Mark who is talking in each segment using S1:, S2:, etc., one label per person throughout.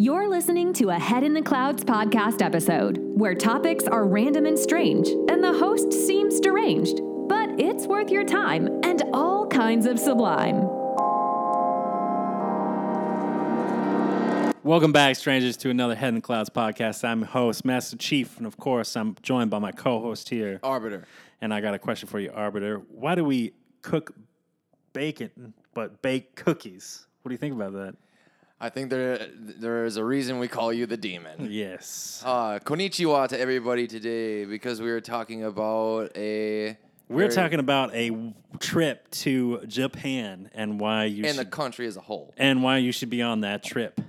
S1: You're listening to a Head in the Clouds podcast episode, where topics are random and strange, and the host seems deranged, but it's worth your time and all kinds of sublime.
S2: Welcome back, strangers, to another Head in the Clouds podcast. I'm your host, Master Chief, and of course, I'm joined by my co-host here.
S3: arbiter.
S2: And I got a question for you, Arbiter. Why do we cook bacon but bake cookies? What do you think about that?
S3: I think there there is a reason we call you the demon.
S2: Yes,
S3: Uh, konnichiwa to everybody today because we are talking about a
S2: we're
S3: very-
S2: talking about a trip to Japan and why you
S3: and the
S2: should,
S3: country as a whole.
S2: and why you should be on that trip,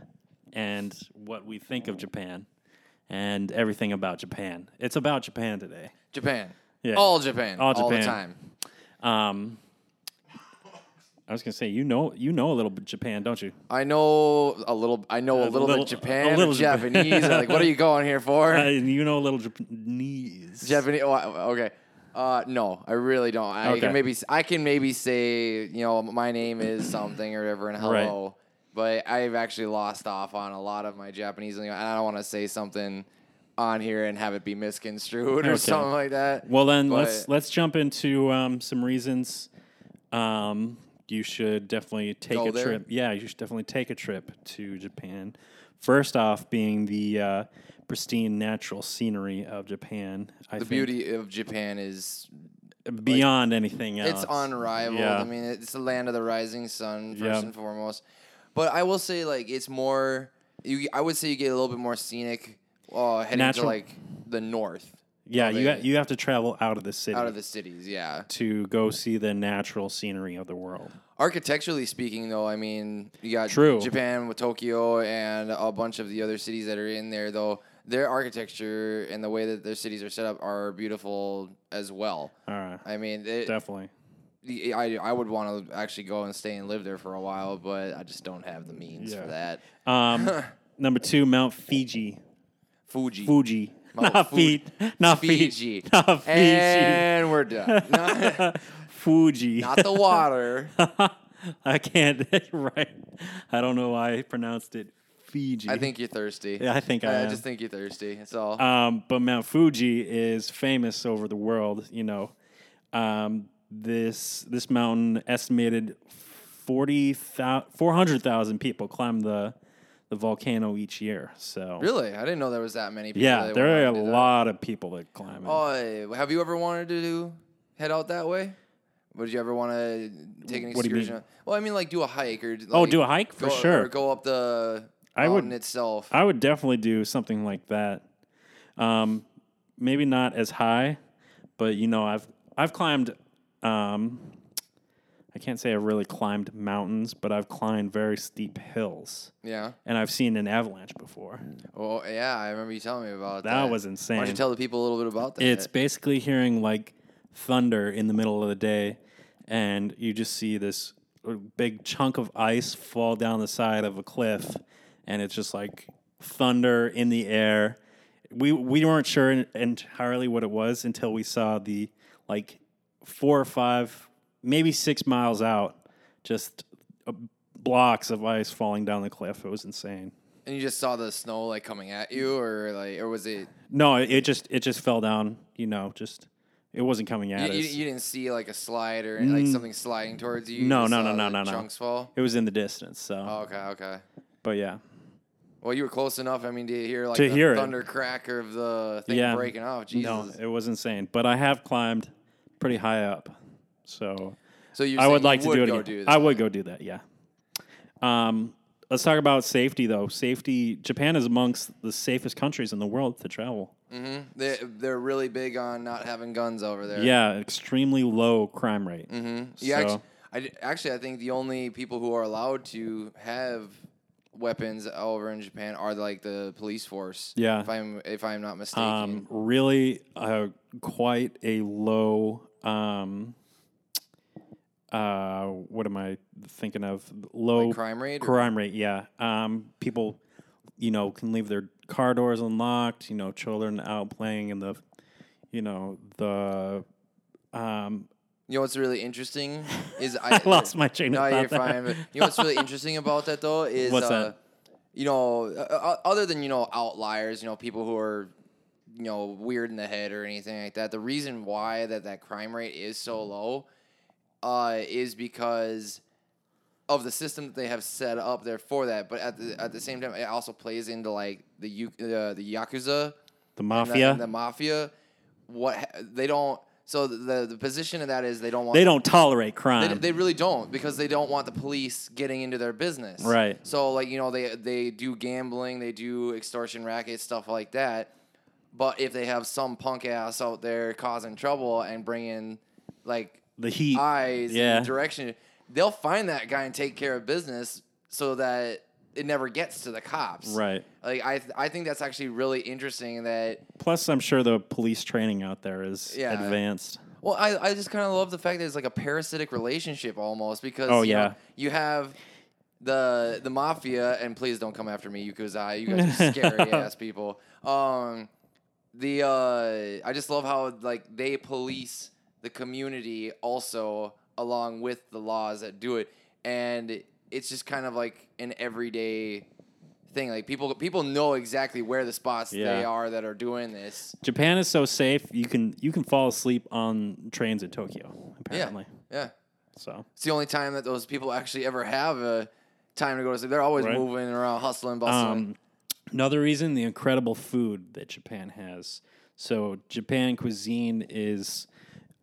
S2: and what we think of Japan, and everything about Japan. It's about Japan today.
S3: Japan.
S2: Yeah.
S3: All Japan.
S2: All
S3: All the
S2: Japan.
S3: time.
S2: Um, I was gonna say you know you know a little bit Japan, don't you?
S3: I know a little I know a little,
S2: little-
S3: bit Japan,
S2: a little
S3: or
S2: Japan.
S3: Japanese. like what are you going here for?
S2: Uh, you know a little Japanese.
S3: Japanese. Oh, I- okay. Uh, no, I really don't. I
S2: Okay.
S3: can maybe s- I can maybe say you know my name is something or whatever and hello, but I've actually lost off on a lot of my Japanese lingo, and I don't want to say something on here and have it be misconstrued or
S2: Okay.
S3: something like that.
S2: well, then
S3: but-
S2: let's let's jump into um, some reasons. Um, you should definitely take
S3: Go
S2: a
S3: there?
S2: trip. Yeah, you should definitely take a trip to Japan. First off, being the uh, pristine natural scenery of Japan, I
S3: the
S2: think
S3: beauty of Japan is
S2: beyond anything else.
S3: it's unrivaled.
S2: Yeah.
S3: I mean, it's the land of the rising sun first
S2: Yeah.
S3: and foremost. But I will say, like, it's more. You, I would say you get a little bit more scenic uh, heading
S2: Natural.
S3: to like the north,
S2: yeah, you ha-
S3: they-
S2: you have to travel out of the city
S3: out of the cities. Yeah.
S2: to go see the natural scenery of the world.
S3: Architecturally speaking, though, I mean, you got
S2: True.
S3: Japan with Tokyo and a bunch of the other cities that are in there, though. Their architecture and the way that their cities are set up are beautiful as well.
S2: All right,
S3: I mean, it,
S2: definitely.
S3: I, I would want to actually go and stay and live there for a while, but I just don't have the means
S2: Yeah.
S3: for that.
S2: Um, number two, Mount Fiji.
S3: Fuji.
S2: Fuji.
S3: Mount
S2: not
S3: Fu-
S2: feet. Not
S3: Fiji.
S2: Fiji. Not Fiji.
S3: And we're done. Not,
S2: Fuji.
S3: not the water.
S2: I can't. right. I don't know why I pronounced it Fiji.
S3: I think you're thirsty.
S2: Yeah, I think I
S3: I,
S2: am.
S3: just think you're thirsty. That's all.
S2: Um, but Mount Fuji is famous over the world. You know, um, this this mountain estimated 40, 400,000 people climb the the volcano each year. So
S3: really? I didn't know there was that many people.
S2: yeah,
S3: that
S2: there are a
S3: wanted to do that.
S2: lot of people that climb it.
S3: Oh, have you ever wanted to do, head out that way? Would you ever want to take an excursion?
S2: What do you mean?
S3: Well, I mean, like do a hike or like,
S2: Oh, do a hike? For
S3: go,
S2: sure.
S3: Or go up the
S2: I would-
S3: mountain itself.
S2: I would definitely do something like that. Um, maybe not as high, but you know, I've I've climbed. Um, I can't say I've really climbed mountains, but I've climbed very steep hills,
S3: yeah.
S2: and I've seen an avalanche before.
S3: Oh, yeah. I remember you telling me about that.
S2: That was
S3: Why
S2: insane.
S3: don't you tell the people a little bit about that?
S2: it's basically hearing like thunder in the middle of the day, and you just see this uh, big chunk of ice fall down the side of a cliff, and it's just like thunder in the air. We we weren't sure en- entirely what it was until we saw the like four or five, maybe six miles out, just uh, blocks of ice falling down the cliff. It was insane.
S3: and you just saw the snow like coming at you, or like, or was it?
S2: No, it it just it just fell down. You know, just it wasn't coming
S3: You,
S2: at
S3: you,
S2: us. Mm.
S3: you didn't see like a slide or like something sliding towards you. you
S2: No,
S3: just
S2: no,
S3: saw
S2: no, no,
S3: the
S2: no, no.
S3: Chunks fall.
S2: It was in the distance. So,
S3: Oh, okay, okay.
S2: but yeah,
S3: Well, you were close enough. I mean, to hear like
S2: To
S3: the
S2: hear it.
S3: thunder crack of the thing
S2: yeah,
S3: breaking off. Jesus.
S2: no, it was insane. But I have climbed pretty high up, so
S3: So you're
S2: I
S3: saying
S2: would like
S3: you
S2: to
S3: would
S2: do it.
S3: go
S2: Again.
S3: do
S2: I
S3: that.
S2: would go do that. Yeah. Um, let's talk about safety though. Safety. Japan is amongst the safest countries in the world to travel.
S3: They, they're really big on not having guns over there.
S2: Yeah, extremely low crime rate. Mm-hmm.
S3: Yeah.
S2: So,
S3: Actually, I, d- actually, I think the only people who are allowed to have weapons over in Japan are like the police force.
S2: Yeah.
S3: If I'm if I'm not mistaken.
S2: um, really, uh, quite a low. Um, uh, what am I thinking of? Low
S3: crime rate or-
S2: Crime rate, yeah. Um, people, you know, can leave their car doors unlocked. You know, children out playing in the, you know, the. Um,
S3: you know what's really interesting is
S2: I
S3: I,
S2: lost my train of
S3: No,
S2: thought
S3: you're
S2: there.
S3: fine. but You know what's really interesting about that though is
S2: What's
S3: uh,
S2: that?
S3: you know, uh, other than you know outliers, you know, people who are you know weird in the head or anything like that. The reason why that that crime rate is so
S2: Mm-hmm.
S3: low uh, is because of the system that they have set up there for that. But at the at the same time, it also plays into like the Yu- uh, the yakuza,
S2: The
S3: and the-
S2: mafia.
S3: and the, mafia. What ha- they don't. So the the position of that is they don't want
S2: they don't tolerate
S3: They,
S2: crime.
S3: they really don't because they don't want the police getting into their business.
S2: Right.
S3: So like you know they they do gambling, they do extortion rackets, stuff like that. But if they have some punk ass out there causing trouble and bringing like
S2: the heat.
S3: eyes
S2: Yeah.
S3: and direction, they'll find that guy and take care of business so that it never gets to the cops.
S2: Right.
S3: Like I th- I think that's actually really interesting that
S2: Plus, I'm sure the police training out there is
S3: Yeah.
S2: advanced.
S3: Well, I, I just kind of love the fact that it's like a parasitic relationship almost because
S2: Oh,
S3: you know,
S2: yeah.
S3: you have the the mafia and please don't come after me Yakuza you guys are scary ass people. Um, the uh, I just love how like they police the community also along with the laws that do it, and it's just kind of like an everyday thing. Like people people know exactly where the spots they
S2: Yeah.
S3: are that are doing this.
S2: Japan is so safe you can you can fall asleep on trains in Tokyo apparently.
S3: Yeah, yeah.
S2: So
S3: It's the only time that those people actually ever have a time to go to sleep. They're always
S2: Right.
S3: moving around, hustling, bustling.
S2: Um, another reason the incredible food that Japan has. So Japan cuisine is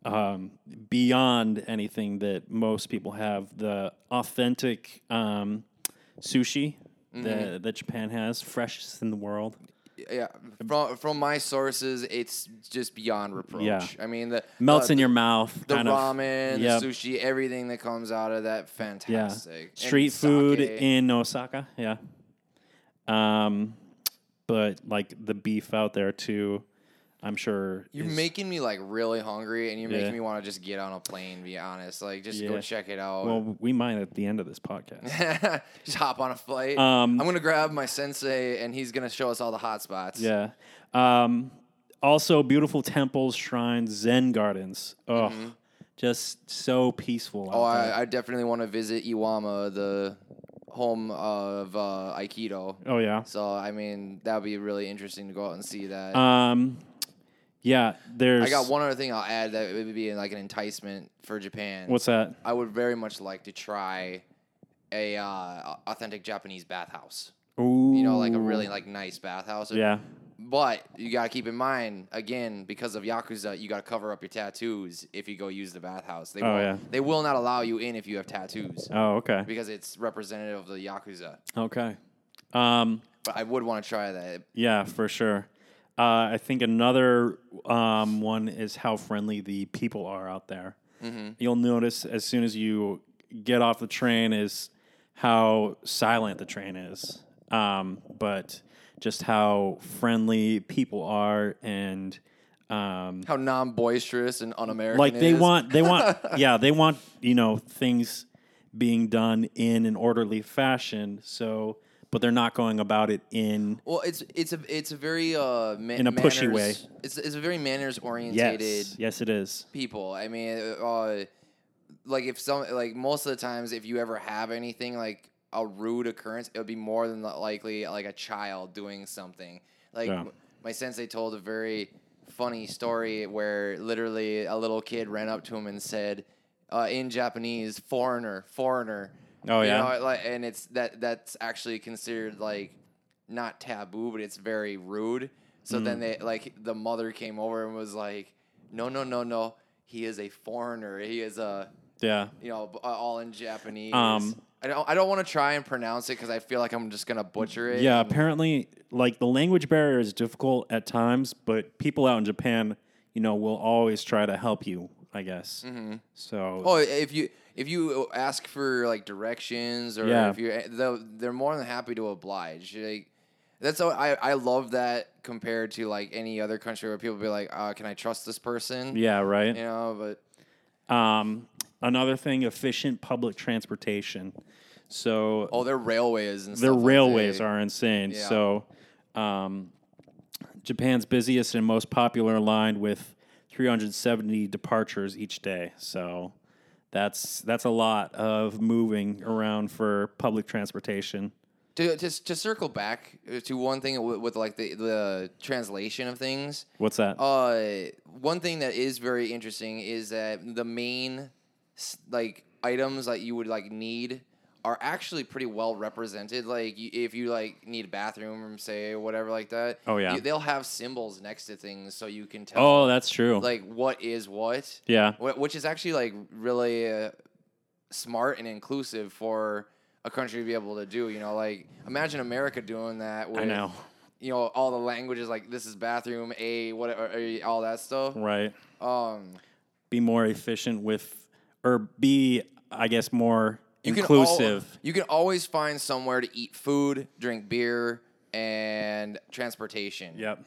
S2: um, beyond anything that most people have. The authentic um, sushi
S3: Mm-hmm.
S2: that, that Japan has, freshest in the world.
S3: Uh, yeah, from from my sources, it's just beyond reproach.
S2: Yeah.
S3: I mean, the
S2: Melts
S3: the,
S2: in your mouth.
S3: the
S2: kind
S3: ramen,
S2: of.
S3: the
S2: Yep.
S3: sushi, everything that comes out of
S2: Yeah.
S3: that, fantastic. And
S2: Street food
S3: sake.
S2: in Osaka. Yeah. Um, but like the beef out there too, I'm sure.
S3: You're
S2: is-
S3: making me like really hungry, and you're
S2: Yeah.
S3: making me want to just get on a plane. Be honest, like just go
S2: Yeah.
S3: check it out.
S2: Well, we might at the end of this podcast.
S3: just hop on a flight.
S2: Um,
S3: I'm gonna grab my sensei, and he's gonna show us all the hot spots.
S2: Yeah. Um, also, beautiful temples, shrines, Zen gardens. Oh, just so peaceful.
S3: Mm-hmm. Oh,
S2: out there.
S3: I, I definitely want to visit Iwama, the home of uh, Aikido.
S2: oh yeah.
S3: So, I mean, that would be really interesting to go out and see that.
S2: Um, yeah. There's.
S3: I got one other thing I'll add that would be like an enticement for Japan.
S2: What's that?
S3: I would very much like to try a uh, authentic Japanese bathhouse.
S2: Ooh.
S3: You know, like a really like nice bathhouse.
S2: Yeah.
S3: But you gotta keep in mind, again, because of Yakuza, you gotta cover up your tattoos if you go use the bathhouse. They
S2: Oh,
S3: will,
S2: yeah.
S3: they will not allow you in if you have tattoos.
S2: Oh, okay.
S3: because it's representative of the yakuza.
S2: Okay. Um,
S3: But I would want to try that.
S2: yeah, for sure. Uh, I think another um, one is how friendly the people are out there. You'll notice as soon as you get off the train is how silent the train is, um, but just how friendly people are and um,
S3: How non boisterous and un American.
S2: like they want they want yeah they want you know things being done in an orderly fashion. So, but they're not going about it in
S3: Well, it's it's a it's a very uh ma-
S2: In a pushy way.
S3: manners- It's it's a very manners orientated
S2: yes yes it is
S3: people. I mean, uh, like if some like most of the times if you ever have anything like a rude occurrence, it would be more than likely like a child doing something. Like
S2: Yeah.
S3: m- my sensei told a very funny story where literally a little kid ran up to him and said, uh, in Japanese, "foreigner, foreigner."
S2: Oh,
S3: You
S2: yeah?
S3: know, like, and it's that that's actually considered like not taboo, but it's very rude. So
S2: Mm.
S3: then they like the mother came over and was like, "No, no, no, no. He is a foreigner. He is a
S2: yeah
S3: you know b- uh, all in Japanese."
S2: Um,
S3: I don't I don't want to try and pronounce it because I feel like I'm just gonna butcher it.
S2: Yeah,
S3: and-
S2: apparently, like the language barrier is difficult at times, but people out in Japan, you know, will always try to help you. I guess. So
S3: Oh, if you if you ask for like directions or
S2: Yeah.
S3: if you eh, they'll- they're more than happy to oblige. Like that's how I I love that compared to like any other country where people be like, uh, "Can I trust this person?"
S2: yeah,
S3: You
S2: right.
S3: know, but
S2: Um, another thing, efficient public transportation. So
S3: oh, their railways and
S2: their
S3: stuff like
S2: railways
S3: that.
S2: are insane.
S3: Yeah.
S2: So, um, Japan's busiest and most popular line with 370 departures each day. So, that's that's a lot of moving around for public transportation.
S3: to, to, to circle back uh, to one thing with, with like the, the translation of things
S2: What's that?
S3: uh, one thing that is very interesting is that the main s- like items that you would like need are actually pretty well represented. Like you, if you like need a bathroom, say or whatever like that.
S2: Oh, yeah.
S3: you- they'll have symbols next to things so you can tell.
S2: oh, that's true.
S3: like what is what.
S2: yeah.
S3: Wh- which is actually like really uh, smart and inclusive for a country to be able to do. You know, like imagine America doing that. With,
S2: I know.
S3: You know, all the languages like this is bathroom, a whatever, a, all that stuff.
S2: Right.
S3: Um,
S2: Be more efficient with, or be, I guess, more
S3: you can al-
S2: inclusive.
S3: you can always find somewhere to eat food, drink beer, and transportation.
S2: yep.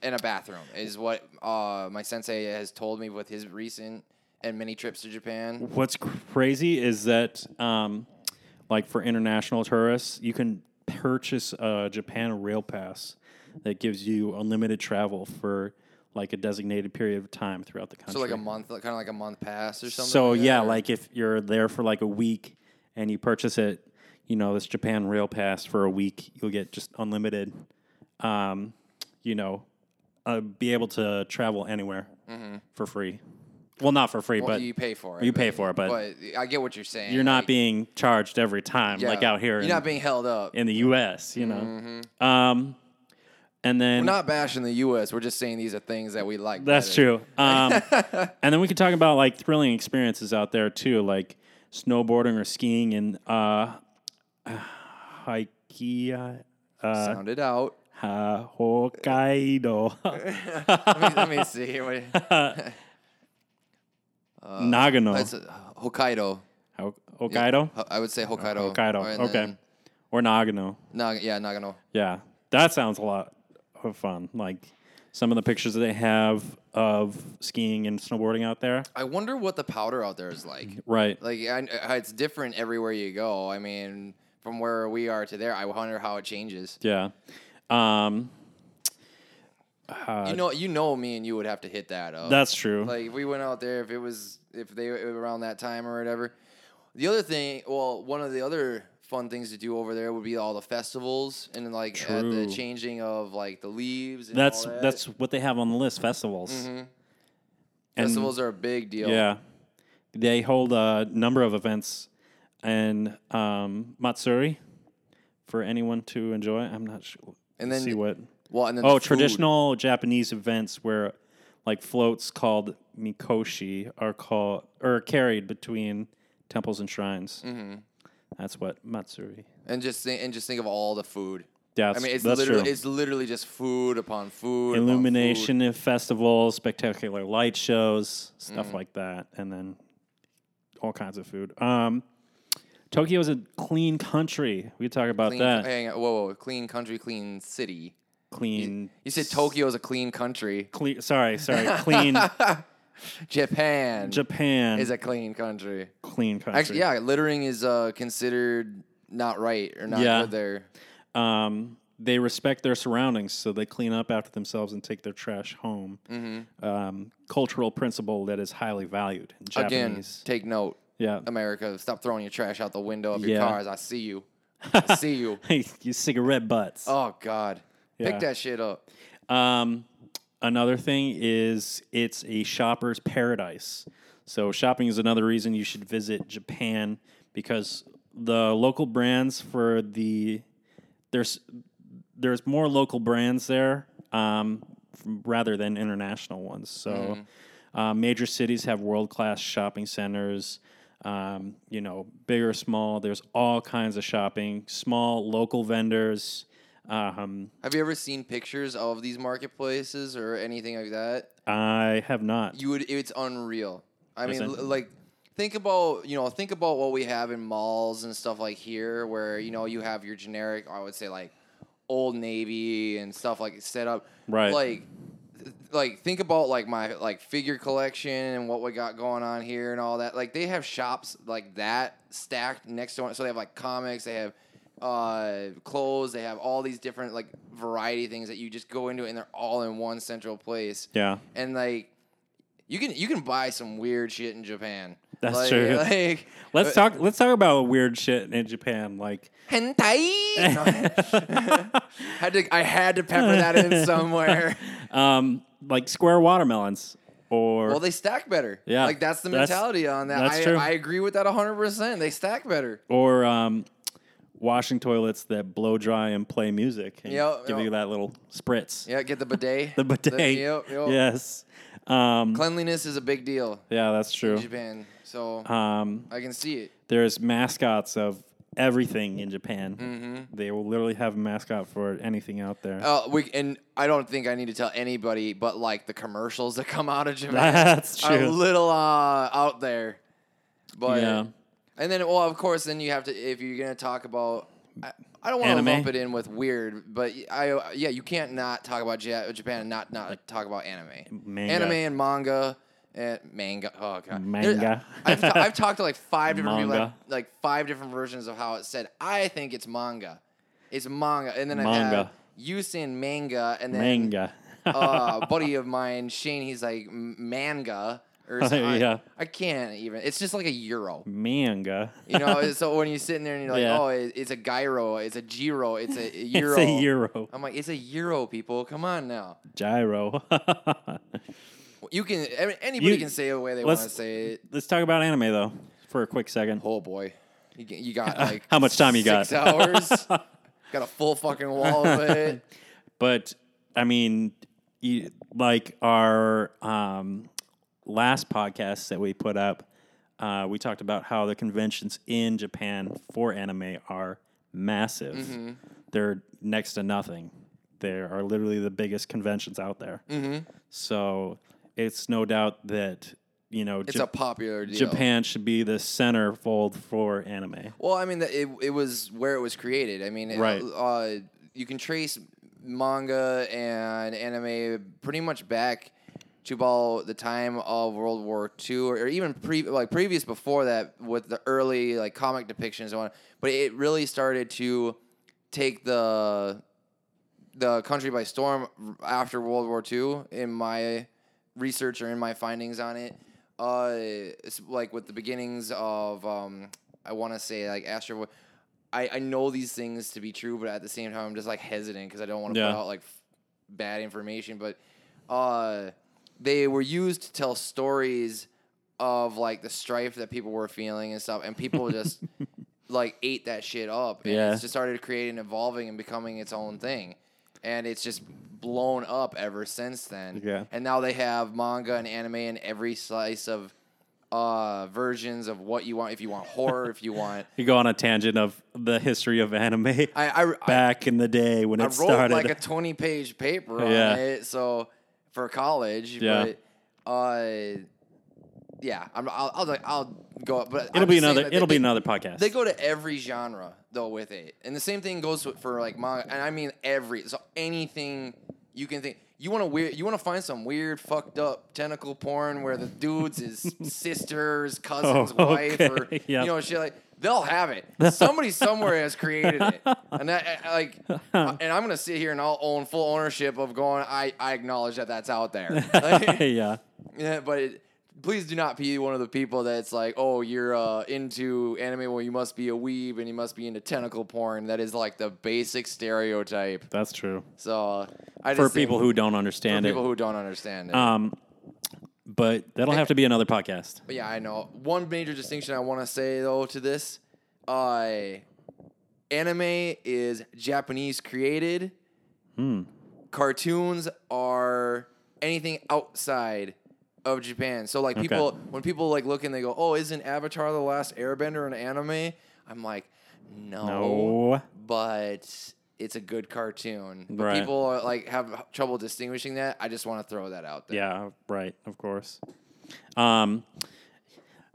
S3: in a bathroom is what uh, my sensei has told me with his recent and many trips to Japan.
S2: What's cr- crazy is that, um, like for international tourists, you can purchase a Japan rail pass that gives you unlimited travel for like a designated period of time throughout the country.
S3: So like a month, kind of like a month pass or something.
S2: So
S3: like that,
S2: yeah,
S3: or-
S2: like if you're there for like a week and you purchase it, you know this Japan Rail Pass for a week, you'll get just unlimited. Um, you know, uh, be able to travel anywhere for free. Well, not for free,
S3: Mm-hmm. Well,
S2: but
S3: you
S2: you,
S3: pay for it.
S2: pay for it. But,
S3: But I get what you're saying.
S2: you're not
S3: like,
S2: being charged every time,
S3: yeah,
S2: like out here
S3: You're
S2: in,
S3: not being held up.
S2: in the U.S. You know. Um, and
S3: We're
S2: then
S3: not bashing the U.S. We're just saying these are things that we like.
S2: That's
S3: better.
S2: true. Um, and then we can talk about like thrilling experiences out there too, like snowboarding or skiing and uh, Haikia,
S3: Sound it out.
S2: uh, Hokkaido,
S3: Uh, Let me, let me see. Wait. That's
S2: Nagano,
S3: uh, Hokkaido.
S2: Ho- Hokkaido,
S3: Ho- I would say Hokkaido. Or-
S2: Hokkaido.
S3: and
S2: Okay,
S3: then
S2: or Nagano.
S3: Nag- yeah, Nagano.
S2: Yeah, that sounds a lot of fun. Like some of the pictures that they have of skiing and snowboarding out there.
S3: I wonder what the powder out there is like.
S2: Right.
S3: Like I, I- it's different everywhere you go. I mean, from where we are to there, I wonder how it changes.
S2: Yeah. Um, Uh,
S3: you know, you know, me and you would have to hit that uh, up.
S2: that's true.
S3: like if we went out there, if it was if they were around that time or whatever. The other thing, well, one of the other fun things to do over there would be all the festivals and like at the
S2: True.
S3: changing of like the leaves. And
S2: That's
S3: all that.
S2: that's what they have on the list. Festivals.
S3: Mm-hmm.
S2: And,
S3: festivals are a big deal.
S2: Yeah, they hold a number of events in um, Matsuri for anyone to enjoy. I'm not sure.
S3: And then-
S2: see what.
S3: Well, and then
S2: Oh,
S3: the food.
S2: traditional Japanese events where like floats called mikoshi are called or are carried between temples and shrines. Mm-hmm. That's what Matsuri.
S3: and just think, and just think of all the food.
S2: Yeah,
S3: I
S2: that's-
S3: mean, it's
S2: that's
S3: literally
S2: true.
S3: it's literally just food upon food. upon food.
S2: illumination of festivals, spectacular light shows, stuff
S3: Mm.
S2: like that, and then all kinds of food. Um, Tokyo is a clean country. We could talk about
S3: Clean,
S2: that.
S3: Hang on, whoa, whoa, clean country, clean city.
S2: Clean.
S3: You said Tokyo is a clean country.
S2: Cle- sorry, sorry. Clean
S3: Japan
S2: Japan
S3: is a clean country.
S2: clean country.
S3: Actually, yeah, littering is uh, considered not right or not
S2: Yeah.
S3: good there.
S2: Um, they respect their surroundings, so they clean up after themselves and take their trash home. Um, cultural principle that is highly valued. In
S3: Again,
S2: Japanese.
S3: take note,
S2: yeah.
S3: America. Stop throwing your trash out the window of your
S2: Yeah.
S3: cars. I see you. I see you.
S2: you cigarette butts.
S3: Oh God,
S2: Yeah.
S3: pick that shit up.
S2: Um, another thing is it's a shopper's paradise. So shopping is another reason you should visit Japan because the local brands for the there's there's more local brands there um, from- rather than international ones. So uh, major cities have world class shopping centers. Um, you know, big or small, there's all kinds of shopping. Small local vendors. Um,
S3: Have you ever seen pictures of these marketplaces or anything like that?
S2: I have not.
S3: you would it's unreal i mean
S2: Isn't-
S3: l- like think about you know think about what we have in malls and stuff like here where you know you have your generic i would say like old navy and stuff like set up
S2: Right.
S3: like th- like think about like my like figure collection and what we got going on here and all that like they have shops like that stacked next to one so they have like comics they have uh clothes they have all these different like variety things that you just go into and they're all in one central place
S2: Yeah.
S3: and like you can you can buy some weird shit in Japan.
S2: That's
S3: like,
S2: true.
S3: Like uh,
S2: Let's talk. Let's talk about weird shit in Japan. Like,
S3: hentai. had to, I had to pepper that in somewhere.
S2: um, like square watermelons, or
S3: Well, they stack better.
S2: Yeah,
S3: like that's the
S2: that's-
S3: mentality on that.
S2: that's
S3: I,
S2: true.
S3: I agree with that 100. percent They stack better.
S2: or um, washing toilets that blow dry and play music. And
S3: Yep,
S2: give
S3: yep.
S2: you that little spritz.
S3: Yeah, get the bidet.
S2: The bidet.
S3: yep, yep.
S2: Yes. Um,
S3: Cleanliness is a big deal
S2: yeah, that's
S3: in
S2: true.
S3: Japan, so
S2: Um,
S3: I can see it.
S2: there's mascots of everything in Japan.
S3: Mm-hmm.
S2: They will literally have a mascot for anything out there.
S3: Uh, we and I don't think I need to tell anybody, but like the commercials that come out of Japan
S2: That's
S3: are
S2: true.
S3: a little uh, out there. But
S2: Yeah.
S3: and then well, of course, then you have to if you're gonna talk about. I, I don't want to
S2: Anime?
S3: lump it in with weird, but I yeah, you can't not talk about Ja- Japan and not not talk about anime,
S2: manga.
S3: anime and manga and manga. Oh god, There-
S2: Manga.
S3: I've, ta- I've talked to like five different people, like,
S2: Manga.
S3: like five different versions of how it said. I think it's manga. It's manga, and then I've had
S2: Manga.
S3: you saying manga, and then
S2: Manga.
S3: uh, a buddy of mine, Shane, he's like "M- manga or something.
S2: Yeah.
S3: I can't even. It's just like a euro.
S2: Manga.
S3: You know, so when you're sitting there and you're like,
S2: Yeah.
S3: oh, it, it's a gyro, it's a gyro, it's a euro.
S2: It's a euro.
S3: I'm like, it's a euro, people. Come on now.
S2: Gyro.
S3: You can, I mean, anybody
S2: You-
S3: can say it the way they want
S2: let's-
S3: to say it.
S2: Let's talk about anime though for a quick second.
S3: Oh, boy. You, g- you got like.
S2: How much time you
S3: six
S2: got?
S3: hours. got a full fucking wall of it.
S2: But I mean, you, like our um, last podcast that we put up, uh, we talked about how the conventions in Japan for anime are massive.
S3: Mm-hmm.
S2: They're next to nothing. They are literally the biggest conventions out there.
S3: Mm-hmm.
S2: So it's no doubt that you know
S3: It's
S2: Ja-
S3: a popular deal.
S2: Japan should be the centerfold for anime.
S3: Well, I mean, the, it it was where it was created. I mean, it-
S2: Right.
S3: Uh, you can trace manga and anime pretty much back to about the time of World War II, or, or even pre like previous before that with the early like comic depictions and so on. But it really started to take the the country by storm after World War II in my research or in my findings on it. Uh, it's like with the beginnings of, um, I want to say like Astro. I, I know these things to be true, but at the same time, I'm just like hesitant because I don't want to put
S2: Yeah.
S3: out like f- bad information. But uh, they were used to tell stories of like the strife that people were feeling and stuff, and people just like ate that shit up. And
S2: Yeah.
S3: it's just started creating, evolving, and becoming its own thing. And it's just blown up ever since then.
S2: Yeah.
S3: And now they have manga and anime and every slice of uh, versions of what you want. If you want horror, if you want.
S2: You go on a tangent of the history of anime.
S3: I, I, I-
S2: back in the day when
S3: I
S2: it
S3: wrote
S2: started.
S3: like a 20 page paper on
S2: Yeah.
S3: it. So for college,
S2: Yeah.
S3: but uh, yeah, I'm, I'll, I'll, I'll go, but
S2: it'll
S3: I'm
S2: be
S3: just saying
S2: another.
S3: that they-
S2: It'll be
S3: they-
S2: another podcast.
S3: They go to every genre though with it, and the same thing goes with- for like manga, and I mean every so anything you can think. You want to weird. You want to find some weird, fucked up tentacle porn where the dudes is sisters, cousins,
S2: Oh,
S3: wife, or
S2: okay,
S3: you
S2: yep.
S3: know shit like. They'll have it. Somebody somewhere has created it, and that I- I, like, and I'm gonna sit here and I'll own full ownership of going. I I acknowledge that that's out there. Like,
S2: yeah,
S3: yeah, but it, please do not be one of the people that's like, oh, you're uh, into anime, well, you must be a weeb and you must be into tentacle porn. That is like the basic stereotype.
S2: that's true.
S3: So uh, I
S2: For
S3: just think-
S2: people who don't
S3: for
S2: understand it,
S3: people who don't understand it.
S2: um, but that'll have to be another podcast.
S3: But yeah, I know. One major distinction I want to say though to this, uh, anime is Japanese created.
S2: Hmm.
S3: Cartoons are anything outside of Japan. So like people, when people like look and they go, "Oh, isn't Avatar: The Last Airbender an anime?" I'm like, no,
S2: No.
S3: but it's a good cartoon. But
S2: Right.
S3: people are, like have trouble distinguishing that. I just want to throw that out there.
S2: Yeah, right. Of course. Um,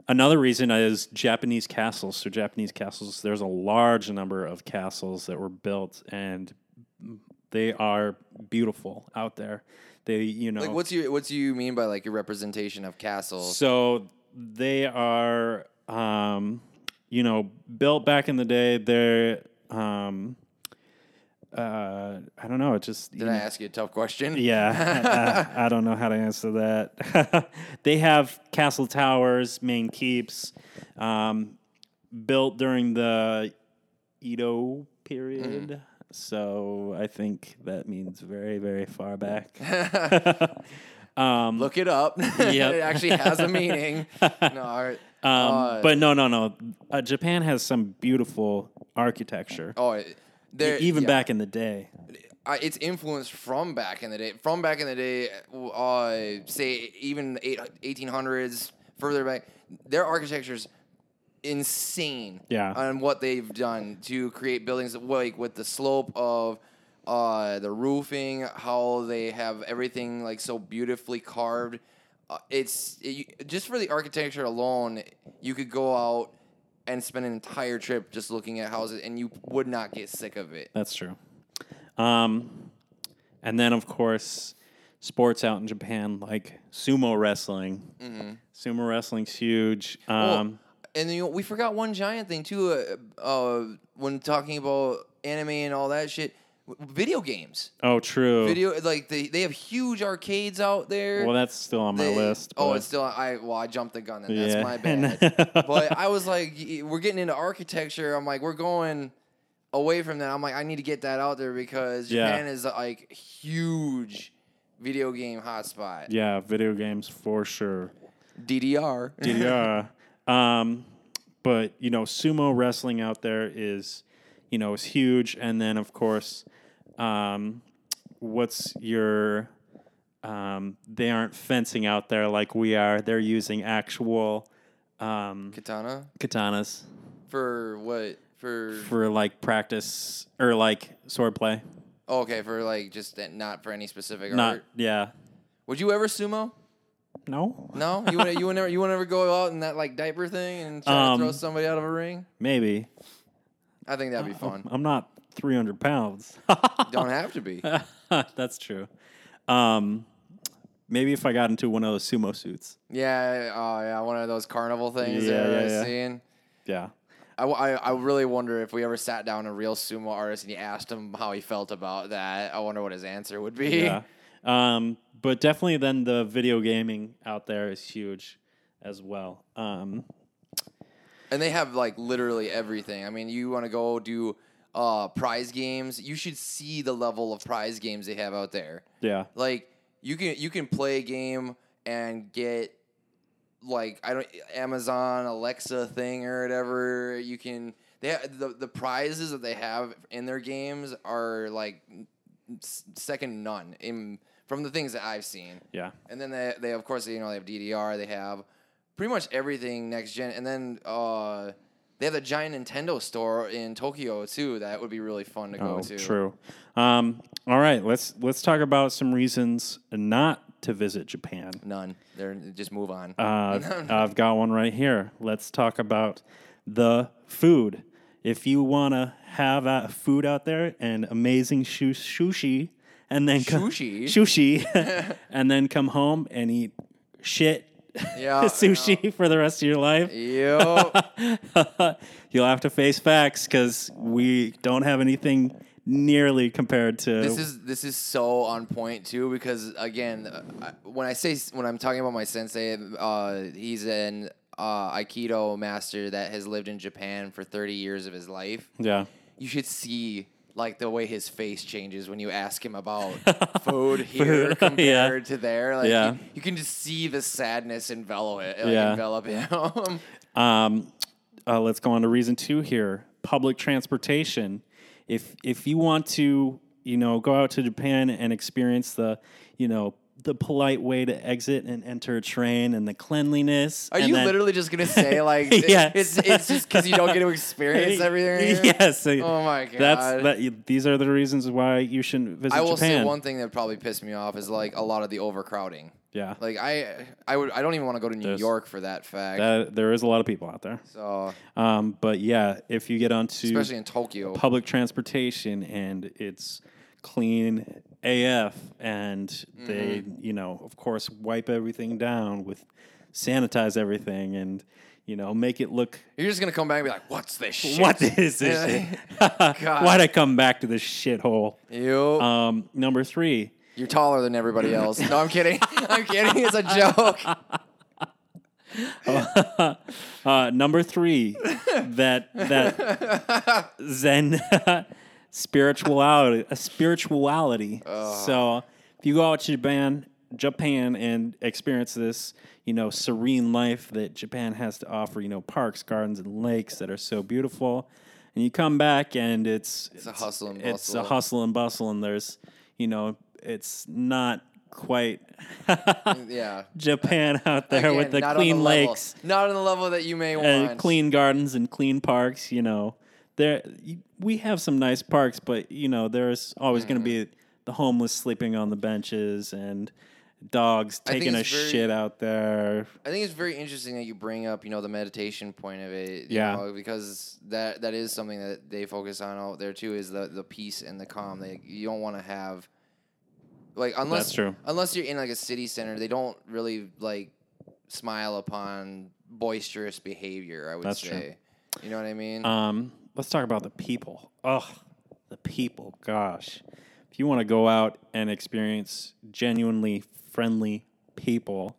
S2: another reason is Japanese castles. So Japanese castles, there's a large number of castles that were built, and they are beautiful out there. They, you know,
S3: Like, what's you what's you mean by like your representation of castle?
S2: So they are, um, you know, built back in the day. They're um, uh, I don't know. It just
S3: Did I ask you a tough question?
S2: Mm. Yeah, I, I don't know how to answer that. they have castle towers, main keeps, um, built during the Edo period.
S3: Mm.
S2: So I think that means very, very far back.
S3: Look it up.
S2: Yep.
S3: it actually has a meaning. No, all right.
S2: Um,
S3: Uh,
S2: but no, no, no. Uh, Japan has some beautiful architecture,
S3: oh, it- there,
S2: even
S3: yeah.
S2: back in the day.
S3: uh, it's influenced from back in the day. From back in the day, uh, say even the eight- 1800s, further back, their architecture's insane.
S2: Yeah.
S3: On what they've done to create buildings like with the slope of uh, the roofing, how they have everything like so beautifully carved. Uh, it's it, you- just for the architecture alone, you could go out and spend an entire trip just looking at houses, and you would not get sick of it.
S2: That's true. Um, and then, of course, sports out in Japan, like sumo wrestling.
S3: Mm-hmm.
S2: Sumo wrestling's huge. Um,
S3: and then you know, we forgot one giant thing too. Uh, uh, when talking about anime and all that shit, W- video games,
S2: oh. true.
S3: video like they, they have huge arcades out there.
S2: well, that's still on my
S3: They-
S2: list.
S3: Oh,
S2: but-
S3: it's still I. Well, I jumped the gun. Then
S2: Yeah.
S3: that's my bad. but I was like, y- we're getting into architecture. I'm like, we're going away from that. I'm like, I need to get that out there because
S2: Yeah.
S3: Japan is like huge video game hotspot.
S2: yeah, video games for sure.
S3: DDR.
S2: yeah. Um, but you know, sumo wrestling out there is, you know, is huge. And then of course, um, what's your? Um, they aren't fencing out there like we are. They're using actual um,
S3: Katana
S2: katanas
S3: for what? For
S2: for like practice or like swordplay.
S3: Oh, okay, for like just that- not for any specific
S2: Not
S3: art.
S2: yeah.
S3: Would you ever sumo?
S2: No,
S3: No, you would you would never you would never go out in that like diaper thing and try
S2: Um,
S3: to throw somebody out of a ring.
S2: maybe
S3: I think that'd be fun.
S2: I'm not 300 pounds.
S3: Don't have to be.
S2: That's true. Um, maybe if I got into one of those sumo suits.
S3: Yeah, oh yeah, one of those carnival things
S2: Yeah,
S3: that I
S2: yeah,
S3: was
S2: yeah.
S3: seeing.
S2: Yeah.
S3: I, w- I- I really wonder if we ever sat down a real sumo artist and you asked him how he felt about that. I wonder what his answer would be.
S2: Yeah. Um, but definitely then the video gaming out there is huge as well. Um,
S3: And they have like literally everything. I mean, you want to go do uh, prize games? You should see the level of prize games they have out there.
S2: yeah.
S3: Like you can you can play a game and get like I don't Amazon Alexa thing or whatever. You can they ha- the the prizes that they have in their games are like s- second to none in from the things that I've seen.
S2: Yeah.
S3: And then they, they of course you know they have DDR, they have pretty much everything next gen, and then uh, they have the giant Nintendo store in Tokyo too. That would be really fun to go
S2: Oh,
S3: to.
S2: true. Um, all right. Let's let's talk about some reasons not to visit Japan.
S3: None. They're just move on.
S2: Uh, I've got one right here. Let's talk about the food. If you want to have uh, food out there and amazing shu- sushi, and then co-
S3: Sushi?
S2: sushi, and then come home and eat shit
S3: Yeah,
S2: sushi for the rest of your life,
S3: Yo.
S2: you'll have to face facts because we don't have anything nearly compared to.
S3: This is this is so on point too because again, uh, I- when I say when I'm talking about my sensei, uh, he's an uh, Aikido master that has lived in Japan for 30 years of his life.
S2: yeah.
S3: You should see like the way his face changes when you ask him about food here
S2: Food,
S3: compared
S2: yeah.
S3: to there. Like
S2: Yeah.
S3: you, you can just see the sadness envelop it, like,
S2: Yeah.
S3: envelop him.
S2: Um, uh, let's go on to reason two here: public transportation. If if you want to, you know, go out to Japan and experience the, you know, the polite way to exit and enter a train and the cleanliness.
S3: Are
S2: and
S3: you
S2: then-
S3: literally just gonna say like it-
S2: Yes.
S3: it's it's just because you don't get to experience everything? here?
S2: Yes.
S3: Oh my
S2: That's
S3: God.
S2: that. These are the reasons why you shouldn't visit
S3: I will
S2: Japan.
S3: say one thing that probably pissed me off is like a lot of the overcrowding.
S2: Yeah.
S3: Like I, I would, I don't even want to go to New
S2: There's-
S3: York for that fact.
S2: That- there is a lot of people out there.
S3: so
S2: Um, but yeah, if you get onto
S3: especially in Tokyo,
S2: public transportation and it's clean AF and they, you know, of course wipe everything down with sanitize everything and you know, make it look
S3: You're just gonna come back and be like, "What's this shit?" Uh,
S2: what is this? shit? Why'd I come back to this shithole?
S3: You,
S2: Um, number three,
S3: you're taller than everybody else. No, I'm kidding. I'm kidding. It's a joke.
S2: uh, number three, that that Zen spirituality, a spirituality. So if you go out to Japan, Japan, and experience this, you know, serene life that Japan has to offer, you know, parks, gardens, and lakes that are so beautiful, and you come back and it's it's
S3: a hustle and
S2: it's a
S3: bustle.
S2: hustle and bustle, and there's you know, it's not quite
S3: Yeah.
S2: Japan out there with
S3: Again,
S2: the
S3: not on
S2: clean
S3: level-
S2: lakes
S3: Not on the level that you may want.
S2: and clean gardens and clean parks. You know, there you- we have some nice parks, but you know, there's always going to
S3: Mm-hmm.
S2: be the homeless sleeping on the benches and dogs
S3: think
S2: taking a
S3: it's very-
S2: shit out there.
S3: I think it's very interesting that you bring up, you know, the meditation point of it. you
S2: Yeah.
S3: know, because that that is something that they focus on out there too is the the peace and the calm. They you don't want to have like unless
S2: That's true.
S3: unless you're in like a city center, they don't really like smile upon boisterous behavior, I would
S2: That's true.
S3: say. You know what I mean?
S2: Um, let's talk about the people. Ugh, the people. Gosh, if you want to go out and experience genuinely friendly people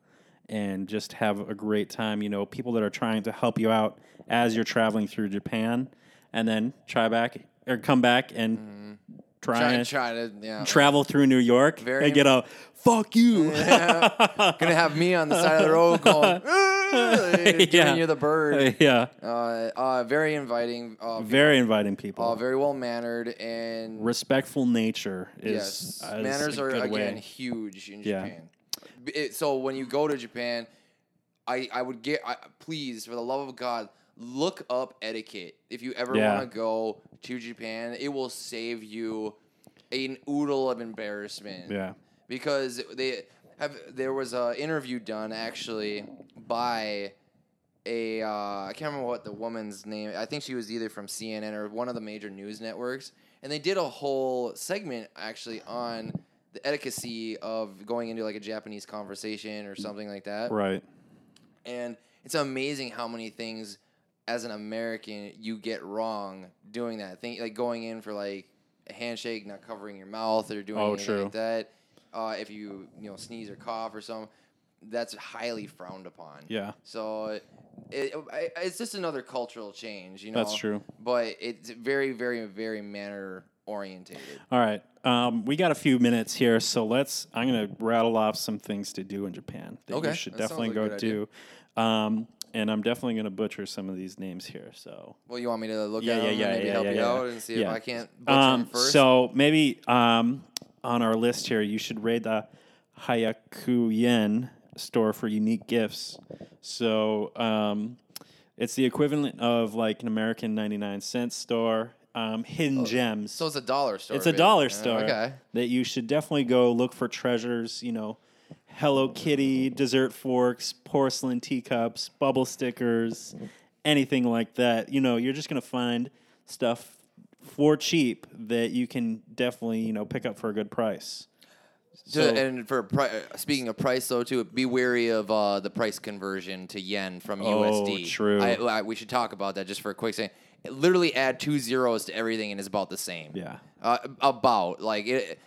S2: and just have a great time, you know, people that are trying to help you out as you're traveling through Japan, and then try back or come back and try,
S3: Mm-hmm. try,
S2: and
S3: try to yeah.
S2: travel through New York
S3: Very
S2: and get a fuck you.
S3: Gonna have me on the side of the road going, giving
S2: Yeah.
S3: you the bird.
S2: yeah,
S3: Uh, uh, very inviting. Uh,
S2: very inviting people.
S3: uh, very well mannered and
S2: Respectful nature is
S3: Yes,
S2: uh, is
S3: manners
S2: a
S3: are
S2: good
S3: again
S2: way.
S3: huge in
S2: Yeah.
S3: Japan. B- it- so when you go to Japan, I I would get I, please for the love of God look up etiquette if you ever
S2: Yeah.
S3: want to go to Japan. It will save you an oodle of embarrassment
S2: Yeah.
S3: because they have there was a interview done actually by a uh, I can't remember what the woman's name. I think she was either from CNN or one of the major news networks, and they did a whole segment actually on the etiquette of going into like a Japanese conversation or something like that.
S2: Right.
S3: And it's amazing how many things as an American you get wrong doing that thing, like going in for like a handshake, not covering your mouth, or doing
S2: Oh,
S3: anything
S2: true.
S3: like that. Uh, if you you know sneeze or cough or something, that's highly frowned upon.
S2: Yeah.
S3: So it, it, I- it's just another cultural change, you know.
S2: That's true.
S3: But it's very, very, very manner orientated.
S2: All right. Um, we got a few minutes here, so let's. I'm going to rattle off some things to do in Japan that you
S3: Okay,
S2: should
S3: that sounds
S2: definitely
S3: like a
S2: go
S3: good idea.
S2: do. Um, and I'm definitely going to butcher some of these names here. So
S3: Well, you want me to look
S2: yeah,
S3: at
S2: yeah,
S3: them
S2: yeah,
S3: and maybe
S2: yeah,
S3: help
S2: yeah,
S3: you
S2: yeah.
S3: out and see
S2: yeah.
S3: if I can't butcher
S2: Um,
S3: them first?
S2: So maybe um, on our list here, you should raid the Hayakuyen store for unique gifts. So um, it's the equivalent of like an American 99 cent store. Um, hidden
S3: Oh.
S2: gems.
S3: so it's a dollar store.
S2: It's a
S3: babe.
S2: dollar
S3: Uh,
S2: store
S3: Okay.
S2: that you should definitely go look for treasures. You know, Hello Kitty, dessert forks, porcelain teacups, bubble stickers, anything like that. You know, you're just gonna find stuff for cheap that you can definitely you know pick up for a good price.
S3: So,
S2: So-
S3: and for pri- uh, speaking of price, though, too, be wary of uh, the price conversion to yen from
S2: Oh,
S3: USD.
S2: true.
S3: I, I, we should talk about that just for a quick second. Literally add two zeros to everything, and it's about the same.
S2: Yeah.
S3: Uh, about like it,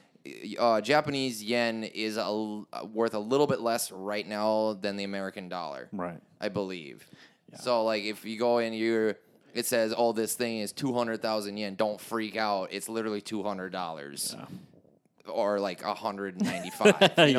S3: uh, Japanese yen is a, l- uh, worth a little bit less right now than the American dollar.
S2: Right.
S3: I believe. So like if you go in you're it says oh this thing is 200,000 yen, don't freak out. It's literally $200. Or like 195. you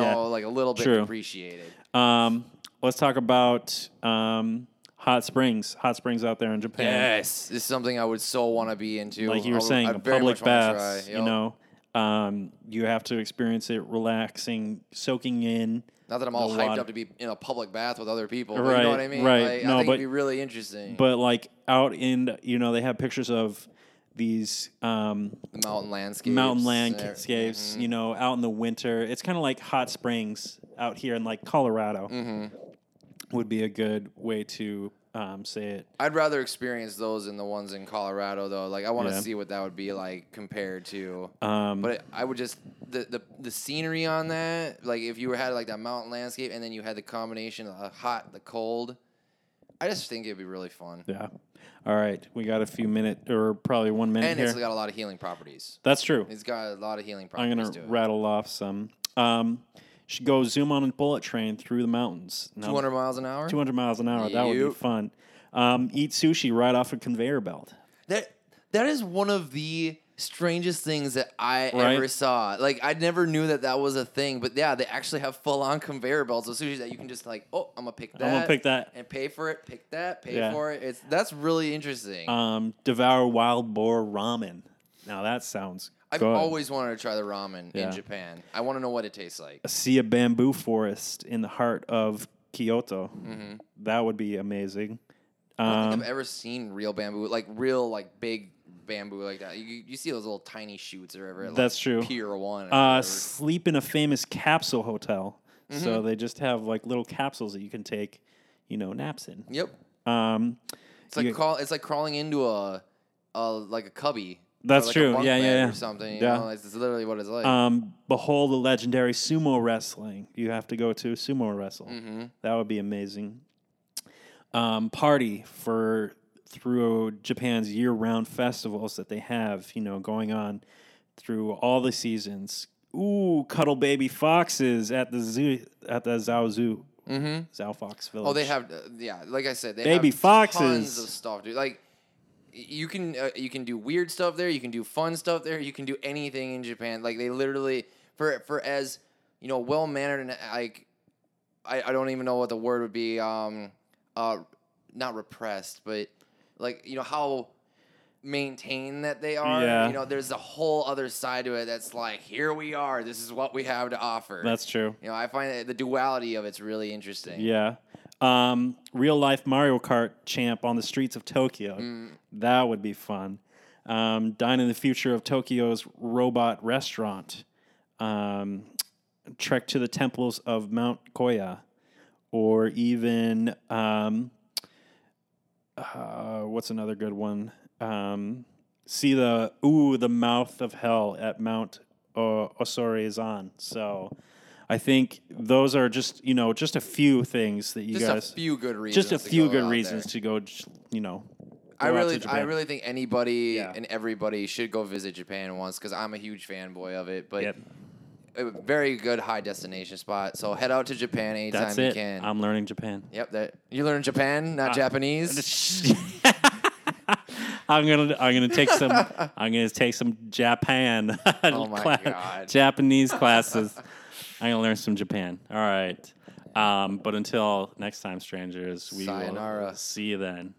S2: Yeah.
S3: know, like a little bit
S2: True.
S3: appreciated.
S2: Um, let's talk about um, hot springs. Hot springs out there in Japan.
S3: Yes, this is something I would so want to be into.
S2: like you
S3: I
S2: were
S3: would-
S2: saying,
S3: I
S2: the
S3: very
S2: public
S3: much wanna try,
S2: baths, you
S3: yep.
S2: know, um, you have to experience it relaxing, soaking in.
S3: Not that I'm all
S2: the
S3: hyped
S2: water.
S3: up to be in a public bath with other people. but you
S2: Right,
S3: know what I mean?
S2: right.
S3: Like,
S2: No,
S3: I think
S2: but-
S3: it'd be really interesting.
S2: But like out in, you know, they have pictures of these um,
S3: the mountain landscapes.
S2: mountain
S3: and everything.
S2: landscapes,
S3: mm-hmm.
S2: you know, out in the winter. It's kind of like hot springs out here in like Colorado
S3: Mm-hmm.
S2: would be a good way to um, say it.
S3: I'd rather experience those than the ones in Colorado, though. Like, I want to
S2: Yeah.
S3: see what that would be like compared to.
S2: Um,
S3: but I would just the, the the scenery on that. Like, if you had like that mountain landscape, and then you had the combination of the hot, the cold. I just think it'd be really fun.
S2: Yeah. All right. We got a few minute or probably one minute
S3: And
S2: here.
S3: it's got a lot of healing properties.
S2: That's true.
S3: It's got a lot of healing
S2: I'm
S3: properties
S2: gonna
S3: to it.
S2: rattle off some. Um, should go zoom on a bullet train through the mountains. No,
S3: 200 miles an hour?
S2: 200 miles an hour. That would be
S3: Yep.
S2: fun. Um, eat sushi right off a conveyor belt.
S3: That that is one of the strangest things that I
S2: Right?
S3: ever saw. Like I never knew that that was a thing, but yeah, they actually have full on conveyor belts of sushi that you can just like, oh, I'm gonna pick that,
S2: gonna pick that.
S3: and pay for it, pick that, pay
S2: Yeah.
S3: for it. It's that's really interesting.
S2: Um, devour wild boar ramen. Now that sounds.
S3: I've
S2: good.
S3: always wanted to try the ramen
S2: Yeah.
S3: in Japan. I want to know what it tastes like.
S2: see a bamboo forest in the heart of Kyoto.
S3: Mm-hmm.
S2: That would be amazing.
S3: I don't
S2: Um,
S3: think I've ever seen real bamboo, like real, like big bamboo like that. You, you see those little tiny shoots or whatever. at, Like
S2: That's true.
S3: Pier one. or
S2: uh,
S3: whatever.
S2: sleep in a famous capsule hotel. So
S3: Mm-hmm.
S2: they just have like little capsules that you can take, you know, naps in.
S3: yep.
S2: Um,
S3: It's like
S2: you-
S3: crawl. It's like crawling into a, a like a cubby. or
S2: That's
S3: like a
S2: true.
S3: bunk
S2: Yeah, yeah,
S3: bed
S2: yeah.
S3: Or something. You
S2: Yeah.
S3: Know? It's, it's literally what it's like.
S2: um, behold the legendary sumo wrestling. You have to go to sumo wrestle.
S3: Mm-hmm.
S2: That would be amazing. Um, party for through Japan's year-round festivals that they have, you know, going on through all the seasons. Ooh, cuddle baby foxes at the zoo at the Zao Zoo, mm-hmm. Zao Fox Village.
S3: oh, they have. Uh, yeah, like I said, they
S2: Baby
S3: have
S2: foxes.
S3: Tons of stuff, dude. Like y- you can uh, you can do weird stuff there. You can do fun stuff there. You can do anything in Japan. Like they literally for for as you know well mannered and uh, like I, I don't even know what the word would be. Um, uh, not repressed, but like you know how maintained that they are.
S2: Yeah.
S3: You know, there's a whole other side to it that's like, here we are. This is what we have to offer.
S2: That's true.
S3: you know, I find that the duality of it's really interesting.
S2: Yeah. Um, real life Mario Kart champ on the streets of Tokyo. That would be fun. Um, dine in the future of Tokyo's robot restaurant. Um, trek to the temples of Mount Koya. Or even, um, uh, what's another good one? Um, see the, ooh, the mouth of hell at Mount uh, Osorizan. So. I think those are just you know just a few things that you
S3: Just
S2: guys
S3: a few good reasons.
S2: just a
S3: to
S2: few
S3: go
S2: good
S3: out
S2: reasons
S3: there.
S2: to go j- you know
S3: I
S2: go out to
S3: really, I
S2: Japan.
S3: really think anybody
S2: Yeah.
S3: and everybody should go visit Japan once because I'm a huge fanboy of it. But
S2: Yep.
S3: a very good high destination spot. So head out to Japan anytime
S2: that's
S3: you
S2: it
S3: can.
S2: i'm learning japan
S3: yep, that you learn Japan, not Japanese.
S2: i'm gonna i'm gonna take some i'm gonna take some japan
S3: Oh my
S2: cla-
S3: God.
S2: japanese classes i'm gonna learn some japan all right um, but until next time strangers we
S3: Sayonara.
S2: will see you then